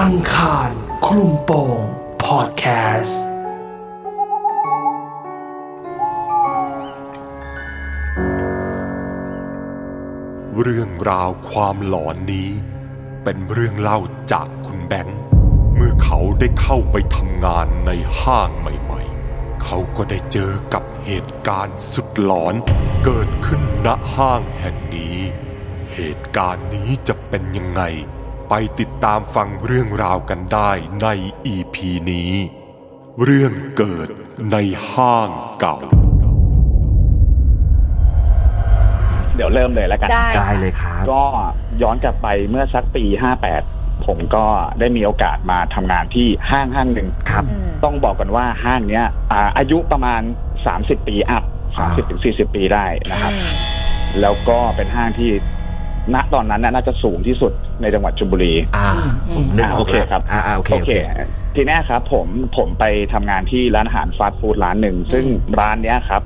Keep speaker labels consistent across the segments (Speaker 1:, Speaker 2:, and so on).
Speaker 1: อังคาร คลุมโปงพอดแคสต์
Speaker 2: เรื่องราวความหลอนนี้ เป็นเรื่องเล่าจากคุณแบงค์เมื่อเขาได้เข้าไปทำงานในห้างใหม่ๆ เขาก็ได้เจอกับเหตุการณ์สุดหลอนเกิดขึ้นณห้างแห่งนี้ เหตุการณ์นี้จะเป็นยังไง ไปติดตามฟังเรื่องราวกันได้ใน EP นี้ เรื่องเกิดในห้างเก่า
Speaker 3: เดี๋ยวเริ่มเลยแล้วกัน
Speaker 4: ได้
Speaker 5: ได้เลยครับ
Speaker 3: ก็ย้อนกลับไปเมื่อสักปี 58 ผมก็ได้มีโอกาสมาทำงานที่ห้างห้างหนึ่ง
Speaker 5: ครับ
Speaker 4: อืม
Speaker 3: ต้องบอกกันว่าห้างเนี้ยอ่าอายุประมาณ 30 ปีอัพ30ถึง40 ปีได้นะครับ
Speaker 4: อืม
Speaker 3: แล้วก็เป็นห้างที่ณตอนนั้นน่ะน่าจะสูงที่สุดในจังหวัดชลบุรี
Speaker 5: อ่าผมนึก
Speaker 3: อ่า
Speaker 5: อ
Speaker 3: โอ
Speaker 5: อก
Speaker 3: เคครับ
Speaker 5: อ่าอ่าโอเค
Speaker 3: โอ
Speaker 5: โอ
Speaker 3: เค
Speaker 5: เค
Speaker 3: ทีเนี้ยครับผมผมไปทำงานที่ร้านอาหารฟาสต์ฟู้ดร้านหนึ่ง ซึ่งร้านเนี้ยครับ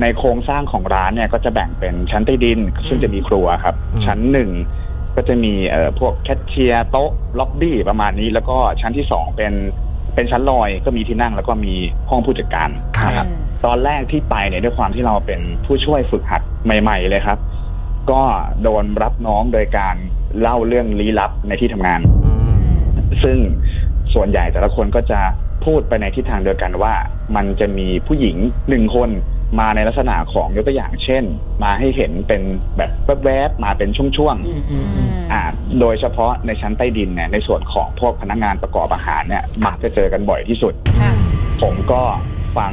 Speaker 3: ในโครงสร้างของร้านเนี่ยก็จะแบ่งเป็นชั้นใต้ดิน ซึ่งจะมีครัวครับ
Speaker 5: อืม
Speaker 3: ชั้นหนึ่งก็จะมีเอ่อพวกแคชเชียร์โต๊ะล็อบบี้ประมาณนี้ แล้วก็ชั้นที่สองเป็นเป็นชั้นลอยก็มีที่นั่งแล้วก็มีห้องผู้จัดการ
Speaker 5: ครับ
Speaker 3: นะ ตอนแรกที่ไปเนี่ยด้วยความที่เราเป็นผู้ช่วยฝึกหัดใหม่ ๆ เลยครับ ก็โดนรับน้องโดยการเล่าเรื่องลี้ลับในที่ทำงาน
Speaker 5: อืม
Speaker 3: ซึ่งส่วนใหญ่แต่ละคนก็จะพูดไปในทิศทางเดียวกันว่า มันจะมีผู้หญิงหนึ่งคนมาในลักษณะของยกตัวอย่างเช่น มาให้เห็นเป็นแบบแวบๆมาเป็นช่วง
Speaker 4: อืม
Speaker 3: ๆอ่าโดยเฉพาะในชั้นใต้ดินเนี่ยในส่วนของพวกพนักงานประกอบอาหารเนี่ยมักจะเจอกันบ่อยที่สุด
Speaker 4: ค่ะ
Speaker 3: ผมก็ฟัง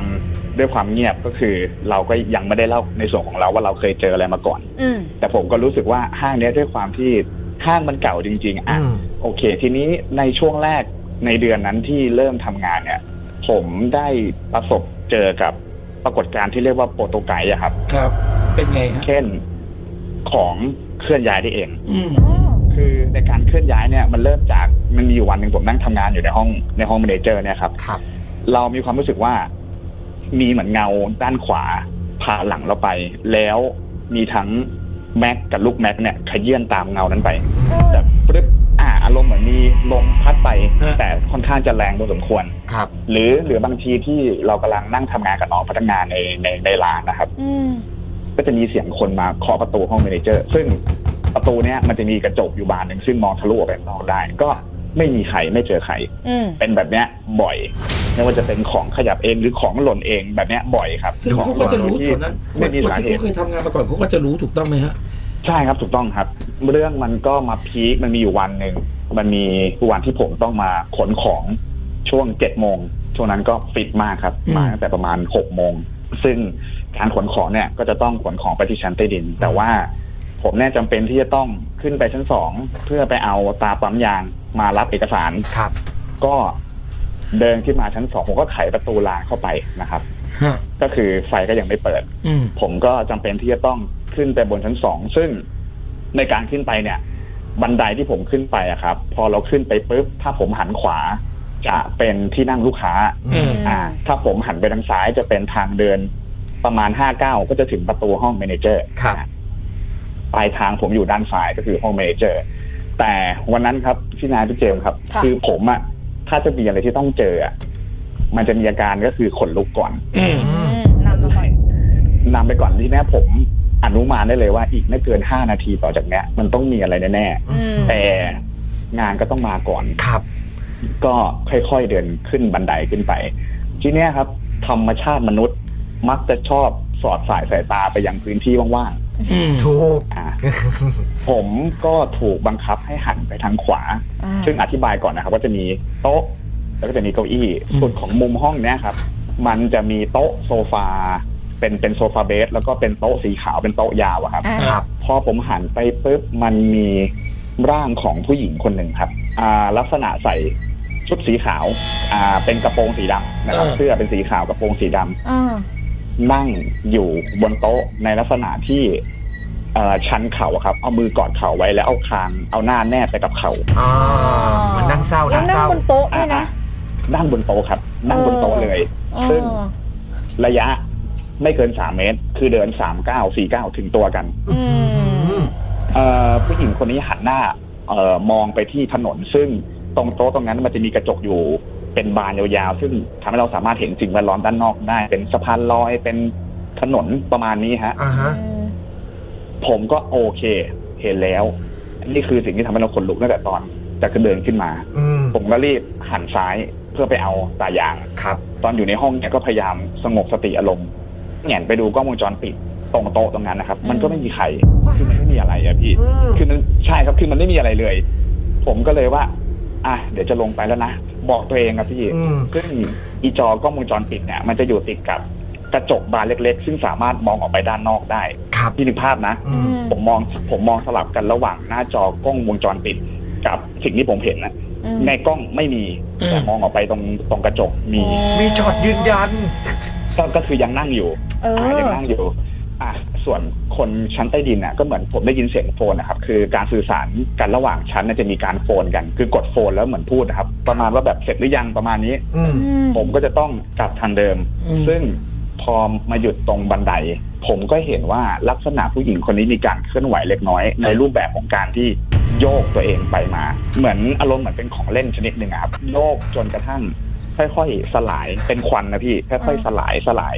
Speaker 3: ด้วยความเงียบก็คือ เราก็ยังไม่ได้เล่าในส่วนของเราว่าเราเคยเจออะไรมาก่อน
Speaker 4: อืม
Speaker 3: แต่ผมก็รู้สึกว่าห้างเนี้ยด้วยความที่ห้างมันเก่าจริง ๆอ่ะ
Speaker 5: อืม
Speaker 3: โอเค ทีนี้ในช่วงแรกในเดือนนั้นที่เริ่มทำงานเนี่ย ผมได้ประสบเจอกับปรากฏการณ์ที่เรียกว่าโปรโตไกด์อะครับ
Speaker 1: ครับ เป็นไงฮะ
Speaker 3: เช่นของเคลื่อนย้ายได้เอง
Speaker 1: อืม
Speaker 4: โอ้
Speaker 3: คือในการเคลื่อนย้ายเนี่ยมันเริ่มจากมันมีอยู่วันหนึ่งผมนั่งทำงานอยู่ในห้องในห้องเมเนเจอร์เนี่ยครับ
Speaker 5: ครับ
Speaker 3: เรามีความรู้สึกว่ามีเหมือนเงาด้านขวาผ่าหลังเราไป แล้วมีทั้งแม็กกับลูกแม็กเนี่ยขยื่นตามเงานั้นไป
Speaker 4: โอ้
Speaker 3: แบบปรึ๊บอ่าอารมณ์เหมือนมีลมพัดไป แต่ค่อนข้างจะแรงพอสมควร
Speaker 5: ครับ
Speaker 3: หรือหรือบางทีที่เรากำลังนั่งทำงานกับน้องพนักงานในในในร้านนะครับ
Speaker 4: อืม
Speaker 3: ก็จะมีเสียงคนมาเคาะประตูห้องเมเนเจอร์ ซึ่งประตูเนี้ยมันจะมีกระจกอยู่บานหนึ่งซึ่งมองทะลุออกไปข้างนอกได้ ก็ไม่มีใครไม่เจอใคร
Speaker 4: อืม
Speaker 3: เป็นแบบเนี้ยบ่อยไม่ว่าจะเป็นของขยับเองหรือของหล่นเองแบบเนี้ยบ่อยครับ
Speaker 1: ซึ่ง
Speaker 3: ของ
Speaker 1: เขาก็จะรู้แถวนั้นค
Speaker 3: ไม่
Speaker 1: น
Speaker 3: มี
Speaker 1: ที่
Speaker 3: สาเหตุ
Speaker 1: เขาเคยทำงานมาก่อนเขาก็จะรู้ถูกต้องไหมฮะ
Speaker 3: ใช่ครับถูกต้องครับ เรื่องมันก็มาพีคมันมีอยู่วันหนึ่งมันมีวันที่ผมต้องมาขนของช่วงเจ็ดโมงช่วงนั้นก็ฟิตมากครับ
Speaker 1: อืม
Speaker 3: มาตั้งแต่ประมาณหกโมงซึ่งการขนของเนี่ยก็จะต้องขนของไปที่ชั้นใต้ดิน แต่ว่าผมแน่ยจำเป็นที่จะต้องขึ้นไปชั้นสองเพื่อไปเอาตาปั๊มยางมารับเอกสาร
Speaker 5: ครับ
Speaker 3: ก็เดินขึ้นมาชั้นสองผมก็ไขประตูลานเข้าไปนะครับ
Speaker 1: ฮะ
Speaker 3: ก็คือไฟก็ยังไม่เปิด
Speaker 1: อืม
Speaker 3: ผมก็จำเป็นที่จะต้องขึ้นไปบนชั้นสองซึ่งในการขึ้นไปเนี่ย บันไดที่ผมขึ้นไปอะครับ พอเราขึ้นไปปุ๊บถ้าผมหันขวา จะเป็นที่นั่งลูกค้า
Speaker 1: อืม
Speaker 3: อ่า ถ้าผมหันไปทางซ้ายจะเป็นทางเดินประมาณห้าเก้าก็จะถึงประตูห้องเมเนเจอร์
Speaker 5: ครับ
Speaker 3: นะปลายทางผมอยู่ด้านซ้ายก็คือห้องเมเนเจอร์ แต่วันนั้นครับพี่นายพี่เจมส์ครับ
Speaker 4: ค่ะ
Speaker 3: คือผมอะถ้าจะมีอะไรที่ต้องเจออะมันจะมีอาการก็คือขนลุกก่อน
Speaker 1: อืม
Speaker 4: อืมนำมาก่อน
Speaker 3: นำไปก่อนที่แน่ผมอนุมานได้เลยว่าอีกไม่เกินห้านาทีต่อจากเนี้ย มันต้องมีอะไรแน่
Speaker 4: อืม
Speaker 3: ๆแต่งานก็ต้องมาก่อน
Speaker 5: ครับ
Speaker 3: ก็ค่อยๆเดินขึ้นบันไดขึ้นไป ทีเนี้ยครับ ธรรมชาติมนุษย์มักจะชอบสอดสายสายตาไปยังพื้นที่ว่าง
Speaker 1: อืม
Speaker 5: ถูก
Speaker 3: ๆอ่า ผมก็ถูกบังคับให้หันไปทางขวา
Speaker 4: อ่า
Speaker 3: ซึ่งอธิบายก่อนนะครับว่าจะมีโต๊ะ แล้วก็จะมีเก้าอี้
Speaker 1: อืม
Speaker 3: ส่วนของมุมห้องเนี้ยครับ มันจะมีโต๊ะโซฟา เป็นเป็นโซฟาเบสแล้วก็เป็นโต๊ะสีขาวเป็นโต๊ะยาวอะครับ
Speaker 4: อ่า
Speaker 5: ครับ
Speaker 3: พอผมหันไปปุ๊บมันมีร่างของผู้หญิงคนหนึ่งครับอ่าลักษณะใส่ชุดสีขาวอ่าเป็นกระโปรงสีดำนะครับ
Speaker 1: อ่า
Speaker 3: เสื้อเป็นสีขาวกระโปรงสีดำ
Speaker 4: อ่า
Speaker 3: นั่งอยู่บนโต๊ะในลักษณะที่เอ่อชันเข่าอะครับ เอามือกอดเข่าไว้แล้วเอาคางเอาหน้าแนบไปกับเข่า
Speaker 5: อ่ามันนั่งเศร้า
Speaker 4: แล้ว
Speaker 5: นั่ง
Speaker 4: นั่
Speaker 5: เศ
Speaker 4: ง
Speaker 5: ร้า
Speaker 4: บนโต๊ะด้วย
Speaker 3: อ่า
Speaker 4: นะ
Speaker 3: นั่งบนโต๊ะครับ นั่งบนโต๊ะเลย
Speaker 4: อ๋อ
Speaker 3: ซึ่ง ระยะไม่เกินสามเมตร คือเดินสามเก้าสี่เก้าถึงตัวกัน
Speaker 4: อืม
Speaker 5: อืม
Speaker 3: เอ่อผู้หญิงคนนี้หันหน้าเอ่อมองไปที่ถนนซึ่งตรงโต๊ะตรงนั้นมันจะมีกระจกอยู่เป็นบานยาวๆ ซึ่งทำให้เราสามารถเห็นสิ่งแวดล้อมด้านนอกได้ เป็นสะพานลอยเป็นถนนประมาณนี้ฮะ
Speaker 5: อ่าฮะ
Speaker 3: ผมก็โอเค เห็นแล้ว นี่คือสิ่งที่ทำให้เราขนลุกตั้งแต่ตอนจะเดินขึ้นมา
Speaker 5: อืม
Speaker 3: ผมก็รีบหันซ้ายเพื่อไปเอาตายาง
Speaker 5: ครับ
Speaker 3: ตอนอยู่ในห้องเนี่ยก็พยายามสงบสติอารมณ์แหงนไปดูกล้องวงจรปิดตรงโต๊ะตรงนั้นนะครับ มันก็ไม่มีใครคือมันไม่มีอะไรอะพี่
Speaker 5: อืม
Speaker 3: คือมันใช่ครับคือมันไม่มีอะไรเลย ผมก็เลยว่า อ่ะเดี๋ยวจะลงไปแล้วนะ บอกตัวเองครับพี่
Speaker 5: อืม
Speaker 3: ซึ่งอีจอกล้องวงจรปิดเนี่ยมันจะอยู่ติดกับกระจกบานเล็ก ๆ ซึ่งสามารถมองออกไปด้านนอกได้
Speaker 5: ครับ
Speaker 3: พี่นึกภาพนะ
Speaker 5: อืม
Speaker 3: ผมมองผมมองสลับกันระหว่างหน้าจอกล้องวงจรปิด กับสิ่งที่ผมเห็นนะในกล้องไม่มีแต่มองออกไปตรงตรงกระจกมี
Speaker 5: มีช็อตยืนยัน
Speaker 3: ก็ก็คือยังนั่งอยู่
Speaker 4: เออ
Speaker 3: อ่ายังนั่งอยู่ อ่ะส่วนคนชั้นใต้ดินน่ะก็เหมือนผมได้ยินเสียงโฟนนะครับ คือการสื่อสารกันระหว่างชั้นน่ะจะมีการโฟนกัน คือกดโฟนแล้วเหมือนพูดนะครับ ประมาณว่าแบบเสร็จหรือยังประมาณนี้
Speaker 5: อืม
Speaker 3: ผมก็จะต้องกลับทางเดิม
Speaker 1: อืม
Speaker 3: ซึ่งพอมาหยุดตรงบันได ผมก็เห็นว่าลักษณะผู้หญิงคนนี้มีการเคลื่อนไหวเล็กน้อย ในรูปแบบของการที่โยกตัวเองไปมา เหมือนอารมณ์เหมือนเป็นของเล่นชนิดหนึ่งอะครับโยกจนกระทั่ง ค่อยๆสลายเป็นควันนะพี่ค่อยๆสลายสลาย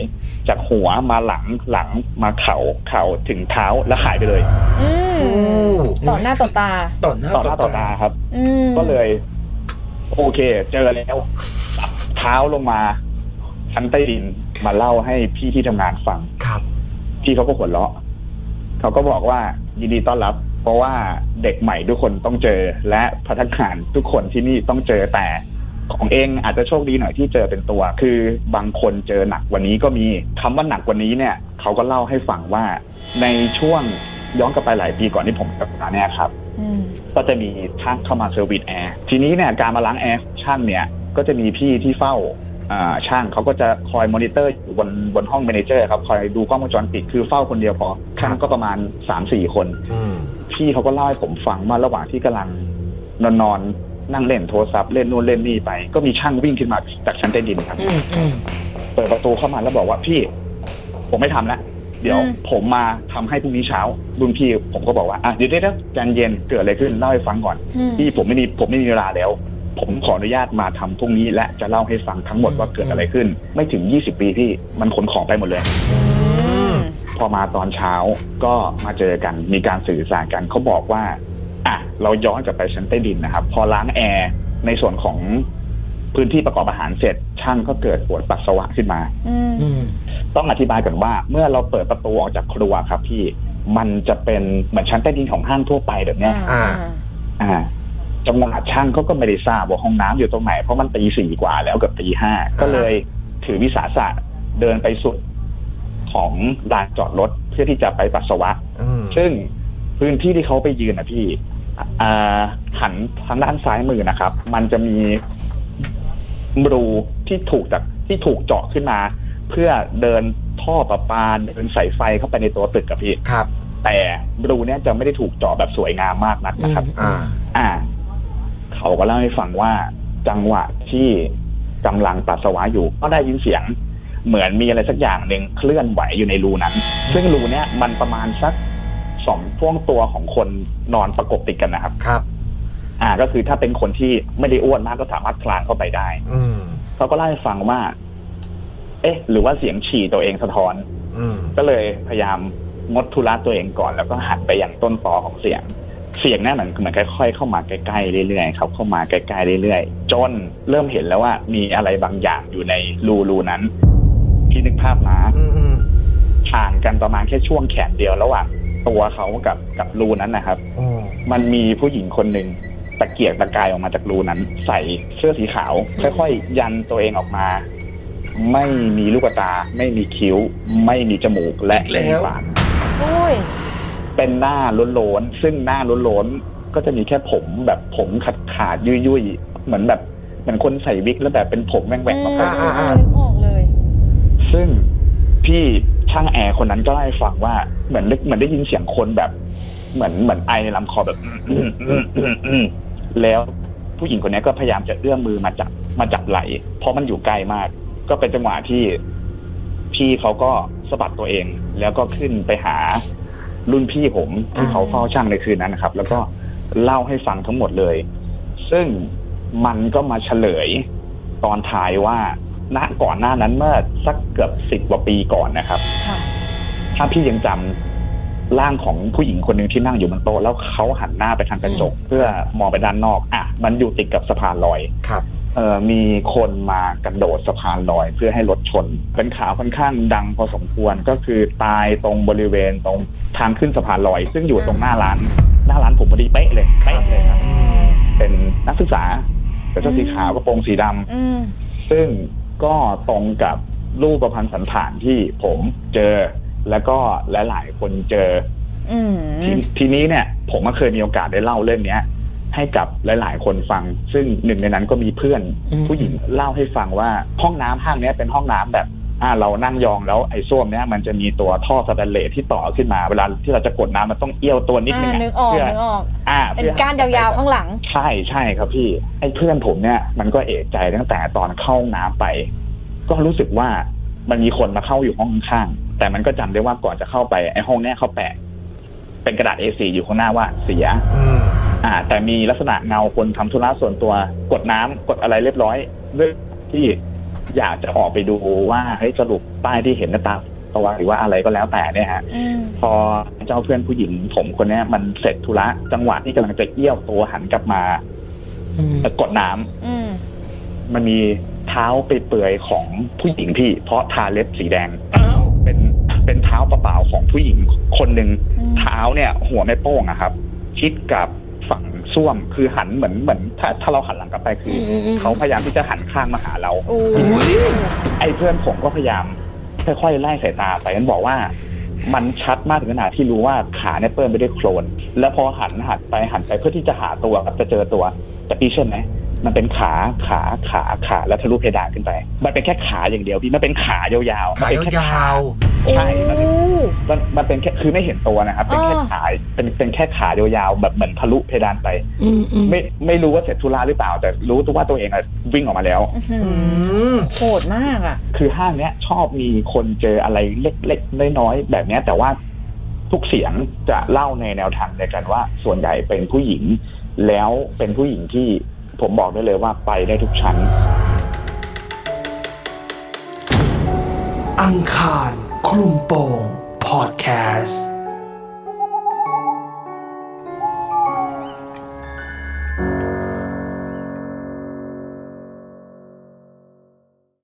Speaker 3: จากหัวมาหลังหลังมาเข่าเข่าถึงเท้าแล้วหายไปเลย
Speaker 4: อืม
Speaker 5: โอ้
Speaker 4: ต่อหน้าต่อตา
Speaker 1: ต่อหน้า
Speaker 3: ต่อหน้าต่อตาครับ
Speaker 4: อืม
Speaker 3: ก็เลย โอเค เจอแล้วจับเท้าลงมาชั้นใต้ดินมาเล่าให้พี่ที่ทำงานฟัง
Speaker 5: ครับ
Speaker 3: พี่เขาก็หัวเราะเขาก็บอกว่ายินดีต้อนรับ เพราะว่าเด็กใหม่ทุกคนต้องเจอ และพนักงานทุกคนที่นี่ต้องเจอแต่ ของเองอาจจะโชคดีหน่อยที่เจอเป็นตัว คือบางคนเจอหนักกว่านี้ก็มีคำว่าหนักกว่านี้เนี่ยเขาก็เล่าให้ฟังว่า ในช่วงย้อนกลับไปหลายปีก่อนที่ผมกับนาเนี่ยครับ
Speaker 4: อืม
Speaker 3: ก็จะมีช่างเข้ามาเซอร์วิสแอร์ทีนี้เนี่ยการมาล้างแอร์ช่างเนี่ยก็จะมีพี่ที่เฝ้าอ่าช่างเขาก็จะคอยมอนิเตอร์อยู่บนบนห้องเมเนเจอร์ครับคอยดูกล้องวงจรปิดคือเฝ้าคนเดียวพอช่างก็ประมาณสามสี่คน
Speaker 5: อืม
Speaker 3: พี่เขาก็เล่าให้ผมฟังว่าระหว่างที่กำลังนอนนอนๆนั่งเล่นโทรศัพท์เล่นนู่นเล่นนี่ไป ก็มีช่างวิ่งขึ้นมาจากชั้นใต้ดินครับ
Speaker 1: อืมอืม
Speaker 3: เปิดประตูเข้ามาแล้วบอกว่าพี่ ผมไม่ทำละเดี๋ยวผมมาทำให้พรุ่งนี้เช้ารุ่นพี่ผมก็บอกว่าอ่ะเดี๋ยวเดี๋ยวๆใจเย็นเกิดอะไรขึ้นเล่าให้ฟังก่อน
Speaker 4: อืม
Speaker 3: พี่ผมไม่มีผมไม่มีเวลาแล้ว ผมขออนุญาตมาทำพรุ่งนี้และจะเล่าให้ฟังทั้งหมดว่าเกิดอะไรขึ้น ไม่ถึง 20 ปีพี่มันขนของไปหมดเลย
Speaker 4: อืม
Speaker 3: พอมาตอนเช้าก็มาเจอกันมีการสื่อสารกันเขาบอกว่าอ่ะเราย้อนกลับไปชั้นใต้ดินนะครับ พอล้างแอร์ในส่วนของพื้นที่ประกอบอาหารเสร็จ ช่างก็เกิดปวดปัสสาวะขึ้นมา
Speaker 4: อืม
Speaker 1: อืม
Speaker 3: ต้องอธิบายก่อนว่าเมื่อเราเปิดประตูออกจากครัวครับพี่มันจะเป็นเหมือนชั้นใต้ดินของห้างทั่วไปแบบเนี้ย
Speaker 5: อ่า
Speaker 3: อ่าจังหวะช่างเขาก็ไม่ได้ทราบว่าห้องน้ำอยู่ตรงไหน เพราะมันตีสี่กว่าแล้วเกับตีห้าก็เลยถือวิสาสะเดินไปสุดของลานจอดรถเพื่อที่จะไปปัสสาวะ
Speaker 5: อืม
Speaker 3: ซึ่งพื้นที่ที่เขาไปยืนนะพี่อ่าหันทางด้านซ้ายมือนะครับ มันจะมีรูที่ถูกจากที่ถูกเจาะขึ้นมา เพื่อเดินท่อประปาเดินสายไฟเข้าไปในตัวตึกกับพี่
Speaker 5: ครับ
Speaker 3: แต่รูเนี้ยจะไม่ได้ถูกเจาะแบบสวยงามมากนัก
Speaker 1: อืม
Speaker 3: นะครับ
Speaker 5: อ่า
Speaker 3: อ่า เขาก็เล่าให้ฟังว่าจังหวะที่กำลังปัสสาวะอยู่ ก็ได้ยินเสียง เหมือนมีอะไรสักอย่างหนึ่งเคลื่อนไหวอยู่ในรูนั้น ซึ่งรูเนี้ยมันประมาณสักสองท่วงตัวของคนนอนประกบติดกันนะครับ
Speaker 5: ครับ
Speaker 3: อ่า ก็คือถ้าเป็นคนที่ไม่ได้อ้วนมากก็สามารถคลานเข้าไปได้
Speaker 5: อืม
Speaker 3: เขาก็เล่าให้ฟังว่า เอ๊ะ หรือว่าเสียงฉี่ตัวเองสะท้อน
Speaker 5: อืม
Speaker 3: ก็เลยพยายามงดธุระตัวเองก่อน แล้วก็หันไปอย่างต้นตอของเสียง เสียงนั่นเหมือนเหมือนค่อยๆเข้ามาใกล้ๆเรื่อยๆครับเข้ามาใกล้ๆเรื่อยๆจนเริ่มเห็นแล้วว่ามีอะไรบางอย่างอยู่ในรูรูๆนั้นพี่นึกภาพนะ
Speaker 5: อืมอืม
Speaker 3: ห่างกันประมาณแค่ช่วงแขนเดียวระหว่างตัวเขากับกับรูนั้นนะครับ
Speaker 5: โอ้
Speaker 3: มันมีผู้หญิงคนหนึ่งตะเกียกตะกายออกมาจากรูนั้น ใส่เสื้อสีขาว ค่อยๆ ยันตัวเองออกมา ไม่มีลูกตา ไม่มีคิ้ว ไม่มีจมูกและไม่มีปาก
Speaker 4: โอ้ย
Speaker 3: เป็นหน้าล้นๆ ซึ่งหน้าล้นๆ ก็จะมีแค่ผมแบบผมขาดขาดๆยุยยุยๆ เหมือนแบบเหมือนคนใส่วิกแล้วแบบเป็นผมแหว่งแหว่งๆมา
Speaker 4: อื
Speaker 3: ก่อน
Speaker 4: มนึกออกเลย
Speaker 3: ซึ่งพี่ช่างแอร์คนนั้นก็เล่าให้ฟังว่าเหมือนได้เหมือนได้ยินเสียงคนแบบ เหมือนเหมือนไอในลำคอแบบอื้ออื้ออื้ออื้อแล้วผู้หญิงคนนี้ก็พยายามจะเอื้อมมือมาจับมาจับไหล เพราะมันอยู่ใกล้มาก ก็เป็นจังหวะที่พี่เขาก็สะบัดตัวเอง แล้วก็ขึ้นไปหา รุ่นพี่ผมที่เขาเฝ้าช่างในคืนนั้นนะครับ แล้วก็เล่าให้ฟังทั้งหมดเลย ซึ่งมันก็มาเฉลยตอนท้ายว่าณก่อนหน้านั้นเมื่อสักเกือบสิบกว่าปีก่อนนะครับ
Speaker 4: ค่ะ
Speaker 3: ถ้าพี่ยังจำร่างของผู้หญิงคนหนึ่งที่นั่งอยู่บนโต๊ะแล้วเขาหันหน้าไปทางกระจก เพื่อมองไปด้านนอก อ่ะ มันอยู่ติดกับสะพานลอย
Speaker 5: ครับ
Speaker 3: เอ่อมีคนมากระโดดสะพานลอยเพื่อให้รถชน เป็นข่าวค่อนข้างดังพอสมควรก็คือตายตรงบริเวณตรงทางขึ้นสะพานลอย ซึ่งอยู่ตรงหน้าร้าน หน้าร้านผมพอดีเป๊ะเลยเป๊ะเลยครับ เป็นนักศึกษาแต่เสื้อสีขาวกระโปรงสีดำ
Speaker 4: อืม
Speaker 3: ซึ่งก็ตรงกับรูปพันธ์สันฐานที่ผมเจอ แล้วก็หลายๆคนเจอ
Speaker 4: อืม
Speaker 3: ททีนี้เนี่ย ผมก็เคยมีโอกาสได้เล่าเรื่องเนี้ย ให้กับหลาย ๆ คนฟัง ซึ่งหนึ่งในนั้นก็มีเพื่อน
Speaker 1: อืม
Speaker 3: ผู้หญิงเล่าให้ฟังว่าห้องน้ำห้างเนี้ยเป็นห้องน้ำแบบ อ่าเรานั่งยองแล้วไอ้ส้วมเนี้ยมันจะมีตัวท่อสแตนเลสที่ต่อขึ้นมาเวลาที่เราจะกดน้ำมันต้องเอี้ยวตัวนิดนึงอะ
Speaker 4: อ่านึกออก
Speaker 3: เพื่
Speaker 4: นึกออก
Speaker 3: อ่า
Speaker 4: เป็น
Speaker 3: พื่อ
Speaker 4: ก้านยาวๆข้างหลัง
Speaker 3: ใช่ใช่ครับพี่ไอ้เพื่อนผมเนี่ยมันก็เอะใจตั้งแต่ตอนเข้าห้องน้ำไป ก็รู้สึกว่ามันมีคนมาเข้าอยู่ห้องข้างๆแต่มันก็จำได้ว่าก่อนจะเข้าไปไอ้ห้องเนี้ยเขาแปะเป็นกระดาษ A4 อยู่ข้างหน้าว่าเสีย
Speaker 5: อืม
Speaker 3: อ่า แต่มีลักษณะเงาคนทำธุระส่วนตัวกดน้ำกดอะไรเรียบร้อยด้วยที่อยากจะออกไปดูว่าเฮ้ยสรุปป้ายที่เห็นหน้าตาตัวหรือว่าอะไรก็แล้วแต่เนี่ยฮะ
Speaker 4: อืม
Speaker 3: พอเจ้าเพื่อนผู้หญิงผมคนเนี้ยมันเสร็จธุระจังหวะที่กำลังจะเอี้ยวตัวหันกลับมา
Speaker 1: อืม
Speaker 3: แต่กดน้ำ
Speaker 4: อืม
Speaker 3: มันมีเท้าไปเปื่อยๆของผู้หญิงพี่ เพราะทาเล็บสีแดงเป็นเป็นเท้าเปล่าๆของผู้หญิงคนหนึ่ง
Speaker 4: อืม
Speaker 3: เท้าเนี่ย หัวแม่โป้งอะครับ ชิดกับฝั่งส้วมคือหันเหมือนเหมือนถ้าถ้าเราหันหลังกลับไปคืออ
Speaker 1: ม
Speaker 3: เขาพยายามที่จะหันข้างมาหาเรา
Speaker 4: อู้
Speaker 3: ไอ้เพื่อนผมก็พยายามค่อยๆไล่สายตาไปมันบอกว่า มันชัดมากถึงขนาดที่รู้ว่าขาเนี่ยเปื้อนไปด้วยโคลน แล้วพอหันหันไปหันไปเพื่อที่จะหาตัวครับจะเจอตัวแต่พี่เชื่อไหมมันเป็นขาขาขาขาแล้วทะลุเพดานขึ้นไป มันเป็นแค่ขาอย่างเดียวพี่มันเป็นขายาวๆ
Speaker 5: ขาย
Speaker 3: มันเป็นแค่
Speaker 5: ยาว
Speaker 3: ใช่มันเป็น
Speaker 4: อู้
Speaker 3: มันมันเป็นแค่คือไม่เห็นตัวนะครับ เป็นแค่
Speaker 4: อ่า
Speaker 3: ขาเป็นเป็นแค่ขายาวๆแบบเหมือนทะลุเพดานไป
Speaker 1: อืมอืม
Speaker 3: ไม่ไม่รู้ว่าเสร็จธุระหรือเปล่า แต่รู้ตัวว่าตัวเองอะวิ่งออกมาแล้ว
Speaker 4: อื้อหื
Speaker 5: ๆอื
Speaker 4: อ
Speaker 5: ม
Speaker 4: โหดมากอ่ะ
Speaker 3: คือห้างเนี้ยชอบมีคนเจออะไรเล็กๆน้อยๆแบบเนี้ย แต่ว่าทุกเสียงจะเล่าในแนวทางเดียวกันว่า ส่วนใหญ่เป็นผู้หญิง แล้วเป็นผู้หญิงที่ผมบอกได้เลยว่าไปได้ทุกชั้น
Speaker 1: อังคารคลุมโปงพอดแคสต์